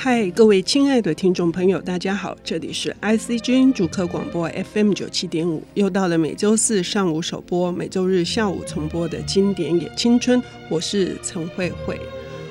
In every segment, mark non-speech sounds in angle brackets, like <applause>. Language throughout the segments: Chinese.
嗨，各位亲爱的听众朋友，大家好，这里是 IC 之音主客广播 FM 九七点五，又到了每周四上午首播、每周日下午重播的经典也青春，我是陈慧慧。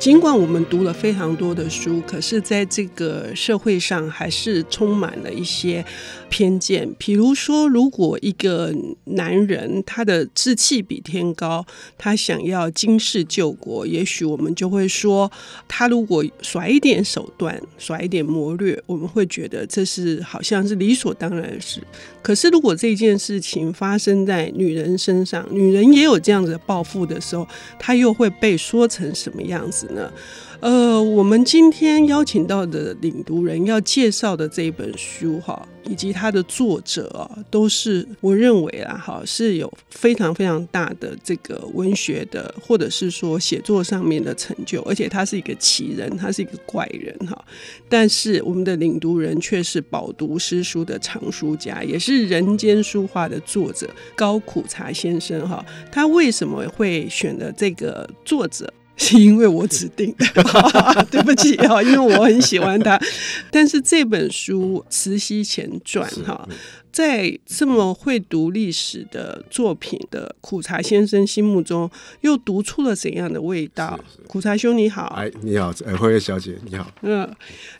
尽管我们读了非常多的书，可是在这个社会上还是充满了一些偏见。比如说，如果一个男人他的志气比天高，他想要经世救国，也许我们就会说，他如果耍一点手段，耍一点谋略，我们会觉得这是好像是理所当然的事。可是，如果这件事情发生在女人身上，女人也有这样子的抱负的时候，她又会被说成什么样子呢？呃，我们今天邀请到的领读人要介绍的这一本书哈，以及它的作者啊，都是我认为啊，哈是有非常非常大的这个文学的，或者是说写作上面的成就，而且他是一个奇人，他是一个怪人哈。但是我们的领读人却是饱读诗书的藏书家，也是《人间书画》的作者高苦茶先生哈。他为什么会选择这个作者？ <laughs> 是因为我指定的， <laughs> 对不起哈，因为我很喜欢他。 <laughs> 但是这本书《慈禧前传》哈，在这么会读历史的作品的苦茶先生心目中，又读出了怎样的味道？苦茶兄你好，哎，你好，哎，慧慧小姐，你好，嗯，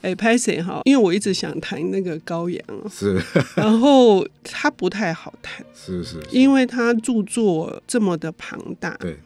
哎，拍谁哈？因为我一直想谈那个高阳，是然后他不太好谈，是是，是因为他著作这么的庞大，对，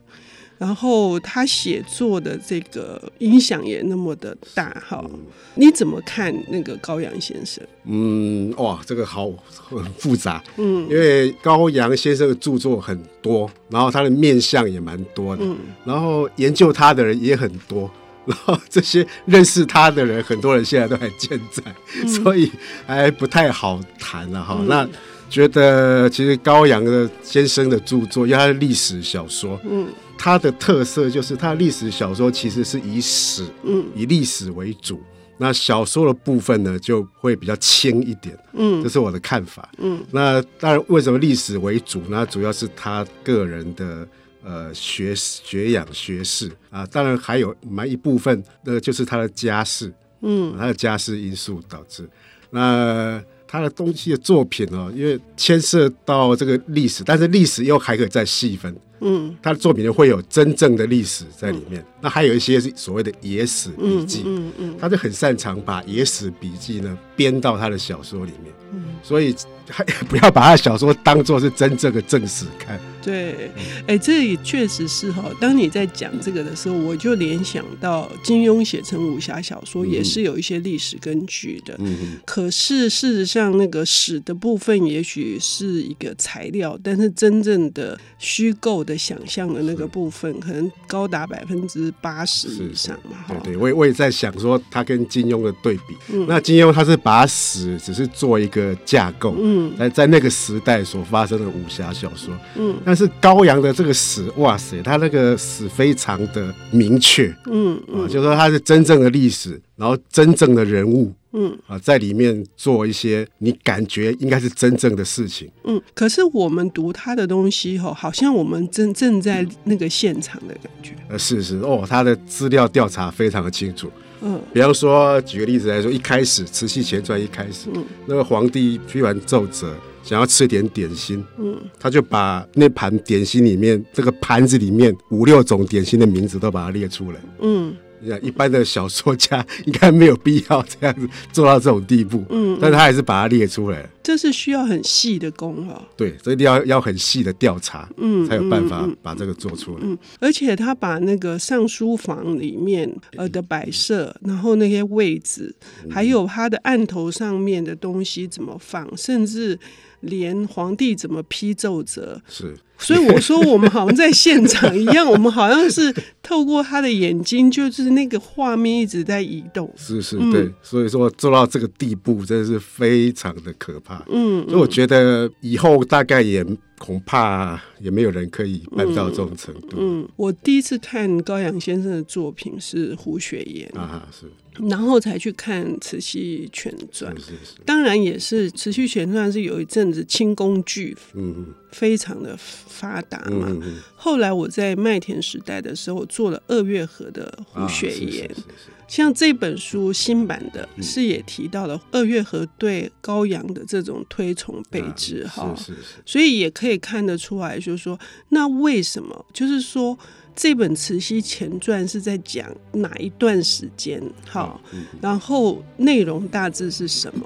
然后他写作的这个影响也那么的大哈嗯。你怎么看那个高阳先生？嗯，哇，这个好很复杂，嗯因为高阳先生的著作很多，然后他的面相也蛮多的，嗯然后研究他的人也很多。 <laughs> 然后这些认识他的人，很多人现在都还健在，嗯所以还不太好谈了、哈。那觉得其实高阳的先生的著作，因为他是历史小说，嗯它的特色就是它的历史小说其实是以史嗯以历史为主。那小说的部分呢，就会比较轻一点，这嗯是我的看法。嗯那当然，为什么历史为主？那主要是他个人的呃学学养学识啊，当然还有蛮一部分，呃，就是他的家世，嗯他的家世因素导致。那他的东西的作品哦，因为牵涉到这个历史，但是历史又还可以再细分，嗯他的作品会有真正的历史在里面。那还有一些是所谓的野史笔记，嗯嗯他就很擅长把野史笔记呢编到他的小说里面。嗯，所以还 <laughs> 不要把他的小说当做是真正的正史看。嗯对，嗯哎，这也确实是哈。当你在讲这个的时候，我就联想到金庸写成武侠小说，也是有一些历史根据的。嗯，可是事实上，那个史的部分也许是一个材料，但是真正的虚构的想象的那个部分，可能高达百分之八十以上嘛，对哈。对，我也我也在想说他跟金庸的对比。那金庸他是把史只是做一个架构，嗯在在那个时代所发生的武侠小说。嗯但是高阳的这个史，哇塞，他那个史非常的明确嗯啊，就是说他是真正的历史，然后真正的人物嗯啊，在里面做一些你感觉应该是真正的事情。嗯。可是我们读他的东西吼，好像我们正正在嗯那个现场的感觉。呃，是是哦，他的资料调查非常的清楚。嗯比方说，举个例子来说，一开始《慈禧前传》一开始，嗯那个皇帝批完奏折，想要吃点点心，嗯他就把那盘点心里面这个盘子里面五六种点心的名字都把它列出来。嗯你想，一般的小说家 <laughs> 应该没有必要这样子做到这种地步，嗯，但是他还是把它列出来了。这是需要很细的功哦哈。对，所以要要很细的调查，嗯才有办法嗯把这个做出来。嗯，而且他把那个上书房里面呃的摆设，然后那些位置，还有他的案头上面的东西怎么放，甚至连皇帝怎么批奏折。是，所以我说，我们好像在现场一样，我们好像是透过他的眼睛，就是那个画面一直在移动。是是，嗯对，所以说做到这个地步，真的是非常的可怕。嗯所以我觉得以后大概也恐怕也没有人可以办到这种程度、嗯，我第一次看高阳先生的作品是胡雪岩，啊，是然后才去看《慈禧全传》。是是是，当然也是持续前段是有一阵子轻工具嗯非常的发达嗯嘛。嗯嗯，后来我在麦田时代的时候，我做了二月河的胡雪啊是岩，是是是嗯像这本书新版的是也提到了二月河对高阳的这种推崇备至哈、啊是是是，所以也可以看得出来，就是说，那为什么？就是说，这本《慈禧前传》是在讲哪一段时间？哈、嗯嗯然后内容大致是什么？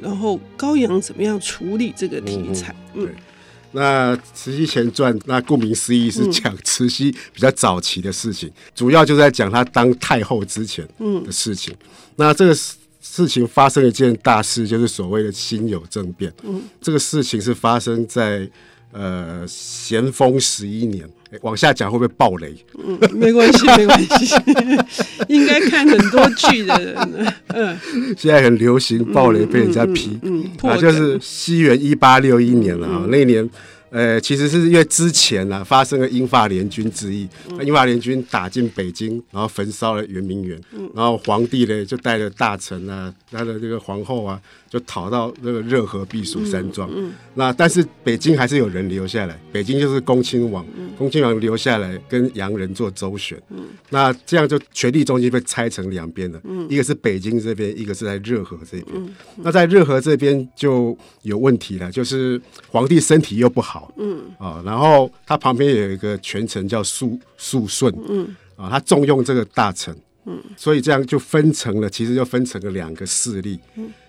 然后高阳怎么样处理这个题材？嗯，对那《慈禧前传》，那顾名思义是讲慈禧比较早期的事情，主要就在讲她当太后之前的事情。那这个事事情发生了一件大事，就是所谓的辛酉政变。嗯，这个事情是发生在呃咸丰十一年，诶往下讲会不会爆雷？嗯，没关系，没关系， <laughs> 应该看很多剧的人了，嗯 <laughs> 现在很流行暴雷被人家批，嗯嗯嗯破嗯啊，梗就是西元一八六一年了啊，那一年。呃，其实是因为之前啊发生了英法联军之役，嗯那英法联军打进北京，然后焚烧了圆明园，嗯然后皇帝呢就带着大臣啊，他的这个皇后啊，就逃到那个热河避暑山嗯庄。那但是北京还是有人留下来，北京就是恭亲王，恭亲王留下来跟洋人做周旋。那这样就权力中心被拆成两边了，一个是北京这边，一个是在热河这边。那在热河这边就有问题了，就是皇帝身体又不好，嗯啊，然后他旁边有一个权臣叫肃肃顺，嗯啊，他重用这个大臣，嗯，所以这样就分成了，其实就分成了两个势力，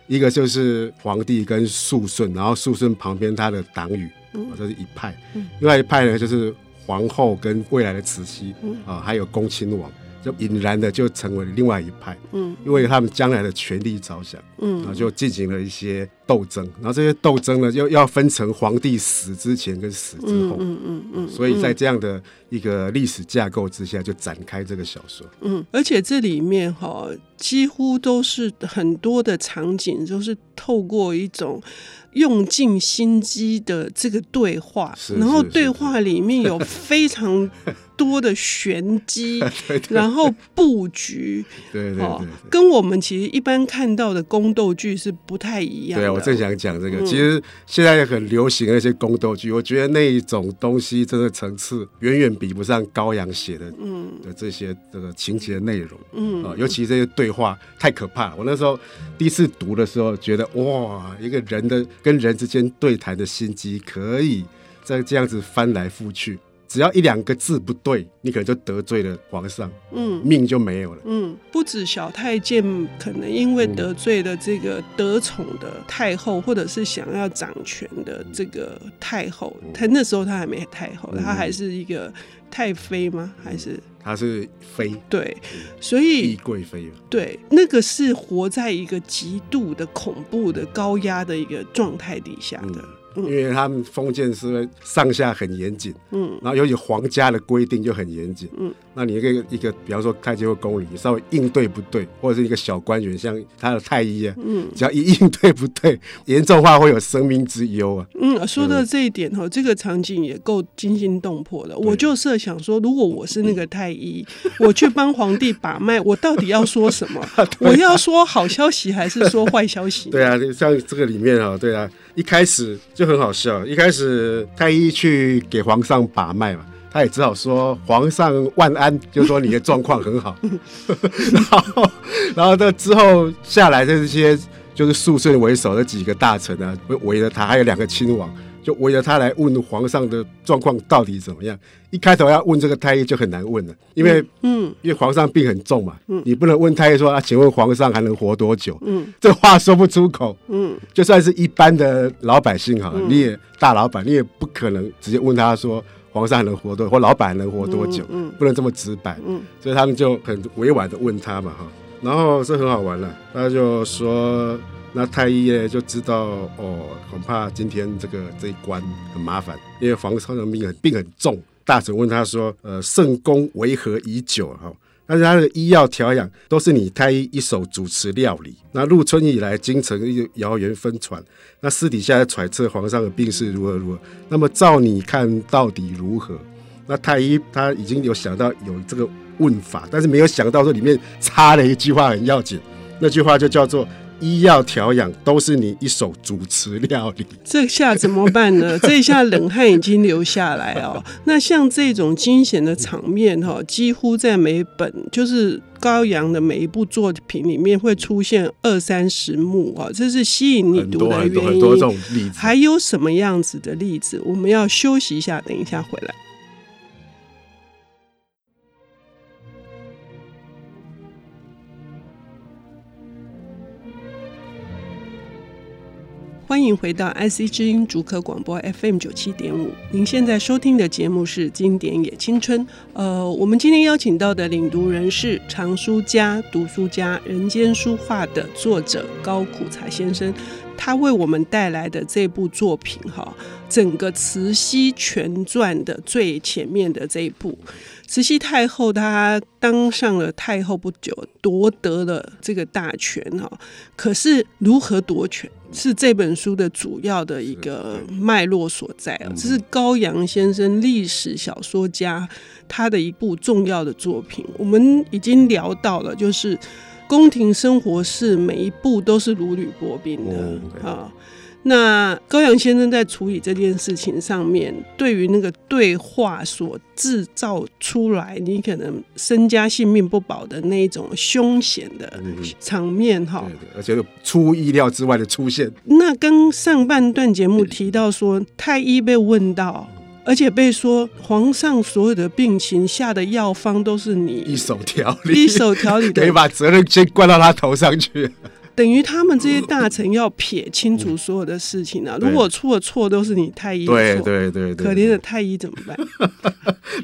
一个就是皇帝跟肃顺，然后肃顺旁边他的党羽，啊，这是一派；另外一派呢，就是皇后跟未来的慈禧啊，还有恭亲王，就引然的就成为了另外一派。嗯，因为他们将来的权力着想，嗯，然后就进行了一些斗争，然后这些斗争呢，又要分成皇帝死之前跟死之后。嗯嗯嗯。所以在这样的一个历史架构之下，就展开这个小说。嗯，而且这里面哈、几乎都是很多的场景，都是透过一种用尽心机的这个对话，是然后是是对话里面有非常多的玄 <laughs> 机，然后布局，对对对哦对。，跟我们其实一般看到的宫斗剧是不太一样的。对啊，我正想讲这个。其实现在很流行的那些宫斗剧，我觉得那一种东西真的层次远远比不上高阳写的，嗯，的这些这个情节内容，嗯、尤其这些对话太可怕了。我那时候第一次读的时候，觉得哇，一个人的跟人之间对谈的心机，可以在这样子翻来覆去。只要一两个字不对，你可能就得罪了皇上，嗯，命就没有了。嗯，不止小太监可能因为得罪了这个得宠的太后，或者是想要掌权的这个太后，嗯他那时候他还没太后，他还是一个太妃吗？嗯还是她是妃，对？嗯所懿以贵妃嘛，对那个是活在一个极度的恐怖的高压的一个状态底下嗯的。因为他们封建是上下很严谨，嗯，然后尤其皇家的规定就很严谨，嗯，那你一个一个，比方说太监或宫女，你稍微应对不对，或者是一个小官员，像他的太医啊，嗯，只要一应对不对，严重化会有生命之忧啊，嗯，说到这一点哈，这个场景也够惊心动魄的。我就设想说，如果我是嗯那个太医，我去帮皇帝把脉，我到底要说什 <laughs> 么？我要说好消息还是说坏消息？啊对，啊，就像这个里面啊，对啊，一开始就很好笑。一开始太医去给皇上把脉嘛，他也只好说皇上万安，就说你的状况很好。 <laughs> 然后，然后到之后下来的这些就是肃顺为首的几个大臣啊，围围着他，还有两个亲王。就围着他来问皇上的状况到底怎么样。一开头要问这个太医就很难问了，因为嗯，因为皇上病很重嘛，你不能问太医说啊，请问皇上还能活多久？嗯， <laughs> 这话说不出口。嗯， <laughs> 就算是一般的老百姓哈，你也大老板，你也不可能直接问他说。皇上还能活多，或老板还能活多嗯久？不能这么直白。所以他们就很委婉的问他嘛哈，然后这很好玩了，他就说那太医呢就知道哦，恐怕今天这个这一关很麻烦，因为皇上的病很病很重。大臣问他说，呃，圣公为何已久哈？但是他的医药调养都是你太医一手主持料理。那入春以来，京城又谣言纷传，那私底下在揣测皇上的病势如何如何。那么照你看到底如何？那太医他已经有想到有这个问法，但是没有想到说里面插了一句话很要紧，那句话就叫做“医药调养都是你一手主持料理这下怎么办呢？这一下冷汗已经流下啊 <laughs> 来哦。那像这种惊险的场面哈、几乎在每本就是高阳的每一部作品里面会出现二三十幕哦，这是吸引你很读多的很多原很多这因。种例子。还有什么样子的例子？我们要休息一下，等一下回来。欢迎回到 IC 之音主客广播 FM 九七点五。您现在收听的节目是《经典也青春》。呃，我们今天邀请到的领读人是藏书家、读书家、人间书画的作者高苦才先生，他为我们带来的这部作品哈，整个《慈禧全传》的最前面的这一部。慈禧太后她当上了太后不久，夺得了这个大权哈。可是如何夺权，是这本书的主要的一个脉络所在啊。这是高阳先生历史小说家他的一部重要的作品。我们已经聊到了，就是宫廷生活是每一步都是如履薄冰嗯的对啊。那高阳先生在处理这件事情上面，对于那个对话所制造出来，你可能身家性命不保的那一种凶险的嗯嗯场面哈，对对，而且出乎意料之外的出现，那跟上半段节目提到说，太医被问到，嗯而且被说皇上所有的病情下的药方都是一你手条理，一 <laughs> 手调理等于的，把责任先灌到他头上去。等于他们这些大臣要撇清楚所有的事情啊。嗯对如果出了错，都是你太医的对错。对对对，可怜的太医怎么办？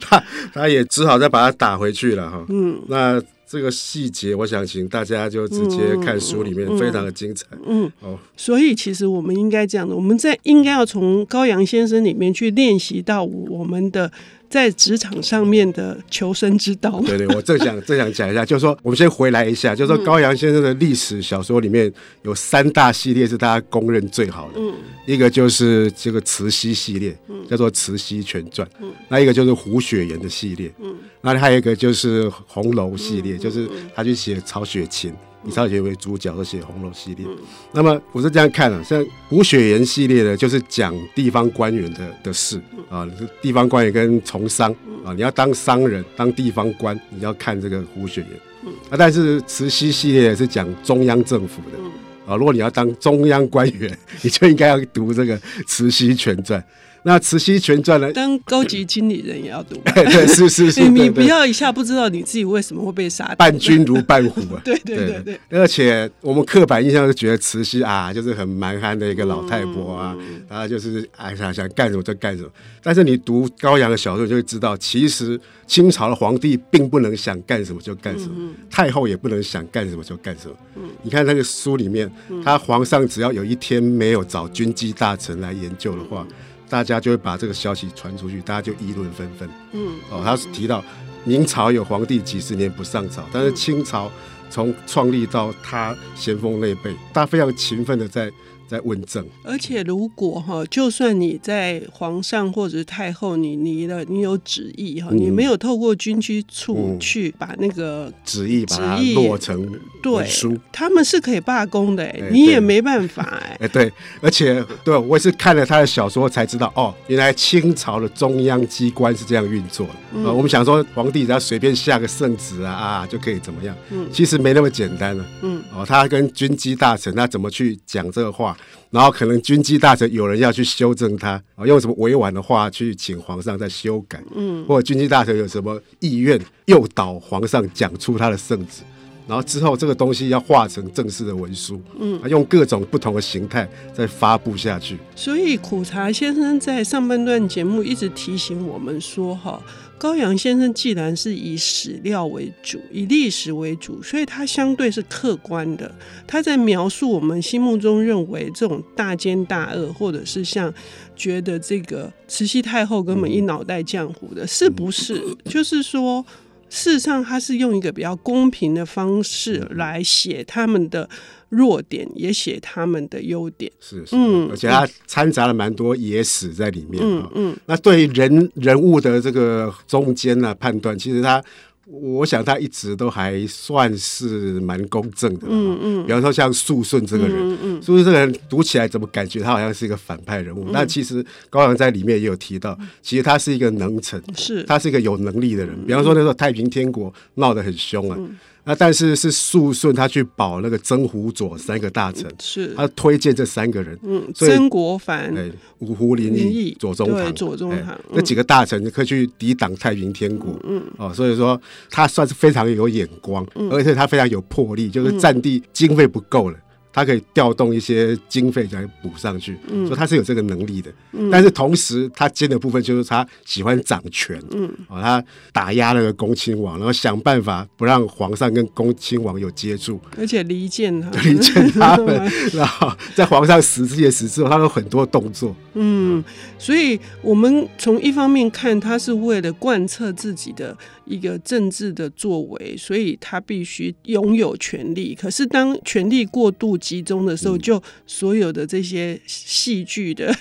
他他也只好再把它打回去了哈。嗯，那这个细节，我想请大家就直接看书里面，非常的精彩。嗯，哦，所以其实我们应该这样的，我们在应该要从高阳先生里面去练习到我们的在职场上面的求生之道嘛。对对，我正想正想讲一下，就是说我们先回来一下，就是说高阳先生的历史小说里面有三大系列是大家公认最好的，嗯，一个就是这个慈禧系列，叫做《慈禧全传》，那一个就是胡雪岩的系列，嗯，那还有一个就是红楼系列，就是他去写曹雪芹。以曹雪芹为主角，而写红楼系嗯列。那么我是这样看的、啊像胡雪岩系列呢，就是讲地方官员的的事嗯啊，地方官员跟从商啊，你要当商人，当地方官，你要看这个胡雪嗯岩。啊，但是慈禧系列是讲中央政府嗯的啊，如果你要当中央官员，你就应该要读这个《慈禧全传》。那《慈禧全传》呢？ <laughs> <laughs> 当高级经理人也要 <laughs> 读吧。对对是是是，你你对不对要一下不知道你自己为什么会被杀掉。。<laughs> 伴君如伴虎啊 <laughs> 对对对对而且我们刻板印象就觉得慈禧啊，就是很蛮憨的一个老太婆啊，嗯然后就是啊想想干什么就干什么。但是你读高阳的小说，你就会知道，其实清朝的皇帝并不能想干什么就干什么，嗯太后也不能想干什么就干什么。你看那个书里面，他皇上只要有一天没有找军机大臣来研究的话，嗯大家就会把这个消息传出去，大家就议论纷纷。嗯，哦，他是提到明朝有皇帝几十年不上朝，但是嗯清朝从创立到他咸丰那一辈，他非常勤奋的在在问政。而且如果哈，就算你在皇上或者是太后，你离了，你有旨意哈，你没有透过军区处嗯去把那个。旨意把它旨意落成对文书，，他们是可以罢工的、欸哎你也对没办法哎、哎，对，而且对我也是看了他的小说才知道，哦，原来清朝的中央机关是这样运作的。呃，我们想说皇帝只要随便下个圣旨啊啊就可以怎么样，其实没那么简单了、嗯，哦，他跟军机大臣他怎么去讲这个话，然后可能军机大臣有人要去修正他，啊，用什么委婉的话去请皇上再修改，嗯，或者军机大臣有什么意愿诱导皇上讲出他的圣旨。然后之后，这个东西要化成正式的文书，嗯，用各种不同的形态再发布下去。所以苦茶先生在上半段节目一直提醒我们说，哈，高阳先生既然是以史料为主，以历史为主，所以他相对是客观的。他在描述我们心目中认为这种大奸大恶，或者是像觉得这个慈禧太后根本一脑袋浆糊的，是不是？就是说。事实上，他是用一个比较公平的方式来写他们的弱点，也写他们的优点。是，是嗯而且它掺杂了蛮多野史在里面啊、嗯那对于人人物的这个中间呢、判断，其实他，我想他一直都还算是蛮公正的、嗯嗯。比方说像肃顺这个人，嗯嗯。嗯苏轼这个人读起来怎么感觉他好像是一个反派人物？那、其实高阳在里面也有提到，其实他是一个能臣，是嗯他是一个有能力的人。比方说那时候太平天国闹得很凶啊，那但是是肃顺他去保那个曾胡左三个大臣，是他推荐这三个人，嗯，所以曾国藩，哎，五胡林林翼毅、左宗对棠、左宗哎棠那几个大臣可以去抵挡太平天国，嗯，哦，所以说他算是非常有眼光，而且他非常有魄力，就是战地经费不够了。他可以调动一些经费来补上去，所以他是有这个能力的。但是同时，他兼的部分就是他喜欢掌权，嗯，哦，他打压那个恭亲王，然后想办法不让皇上跟恭亲王有接触， <laughs> 而且离间他，离间他 <laughs> 们，然后在皇上死之前死之后，他有很多动作，嗯，所以我们从一方面看，他是为了贯彻自己的一个政治的作为，所以他必须拥有权力。可是当权力过度集中的时候，就所有的这些戏剧的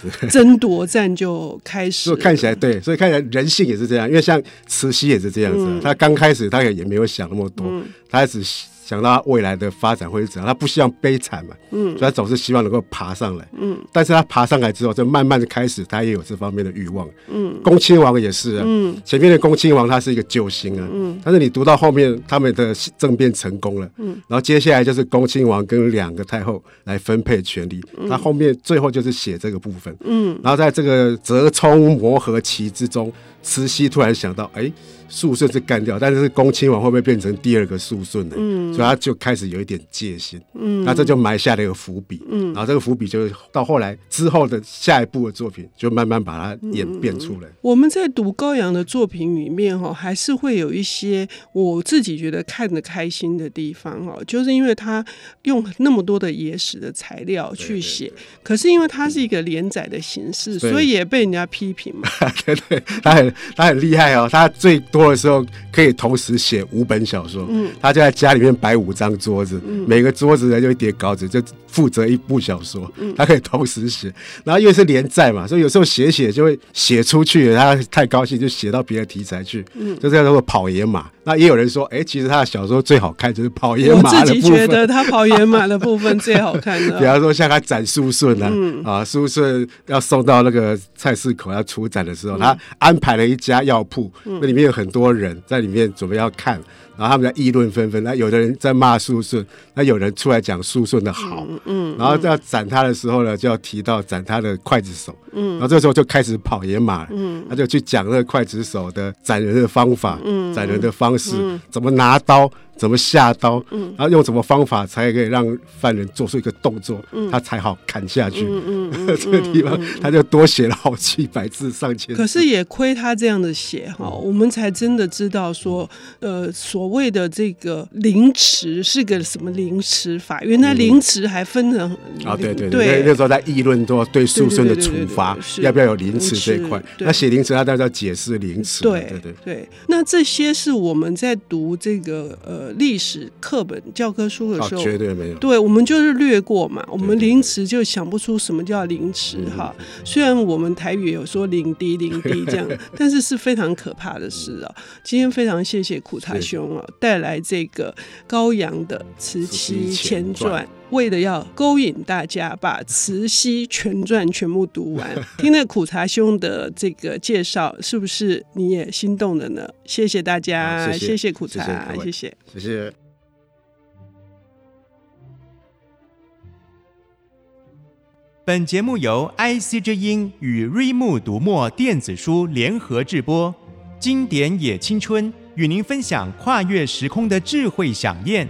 <laughs> 争夺战就开始所了。以看起来对，所以看起来人性也是这样，因为像慈禧也是这样子啊、她刚开始她也也没有想那么多，她只想到她未来的发展会是怎样，她不希望悲惨嘛，嗯，所以她总是希望能够爬上来，嗯，但是她爬上来之后，就慢慢的开始她也有这方面的欲望，嗯，恭亲王也是啊，嗯，前面的恭亲王他是一个救星啊，嗯，但是你读到后面他们的政变成功了，嗯，然后接下来就是恭亲王跟两个太后来分配权力，他后面最后就是写这个部分，嗯，然后在这个折冲磨合期之中，慈禧突然想到，哎，肃顺是干掉，但是恭亲王会不会变成第二个肃顺呢？嗯，所以他就开始有一点戒心，嗯，那这就埋下了一个伏笔，嗯，然后这个伏笔就到后来之后的下一部的作品，就慢慢把它演变出来。我们在读高阳的作品里面，哈，还是会有一些我自己觉得看得开心的地方，哈，就是因为他用那么多的野史的材料去写，可是因为它是一个连载的形式，对所以也被人家批评 <laughs> 嘛。对对，他很他很厉害哦，他最多的时候可以同时写五本小说，嗯，他就在家里面摆五张桌子，嗯每个桌子呢就一叠稿纸，就负责一部小说，嗯他可以同时写，然后因为是连载嘛，所以有时候写写就会写出去，他太高兴就写到别的题材去，嗯，就这样叫做跑野马。那也有人说，哎，其实他的小说最好看就是跑野我马自的己部觉分。得他跑野马的部分最好 <laughs> 看啊比的。方说像他斩苏顺啊，啊，苏顺要送到那个菜市口要出斩的时候，他安排了一家药铺，那里面有很多人在里面准备要看，然后他们在议论纷纷，那有的人在骂苏顺，那有人出来讲苏顺的好，嗯，然后要斩他的时候呢，就要提到斩他的刽子手，嗯，然后这时候就开始跑野马了，嗯，他就去讲那个刽子手的斩人的方法，嗯，斩人的方式，怎么拿刀。怎么下刀，然后用什么方法才可以让犯人做出一个动作，他才好砍下去。 <laughs> 这个地方他就多写了好几百字、上千字。可是也亏他这样的写哈，嗯我们才真的知道说，呃，所谓的这个凌迟是个什么凌迟法？原来凌迟还分成嗯啊，对对对对，那那时候在议论说对对肃对顺的对对处对对罚是要不要有凌迟这一块凌，迟对那写凌迟，他当然要解释凌迟嘛。对对对。那这些是我们在读这个呃历史课本教科书的哦时，候，绝对没有。对我们就是略过嘛，我们对对嗯凌迟就想不出什么叫凌迟哈。虽然我们台语有说零低零低 <laughs> 这样，但是是非常可怕的事嗯啊。今天非常谢谢苦茶是兄啊，带来这个高阳的《慈禧嗯慈前禧前传》传。为了要勾引大家把《慈禧全传》全部读 <laughs> 完，听了苦茶兄的这个介绍，是不是你也心动了呢？谢谢大家，好谢谢谢苦谢谢茶，各位谢谢谢谢。本节目由 IC 之音与瑞木读墨电子书联合制播，经典也青春与您分享跨越时空的智慧想念。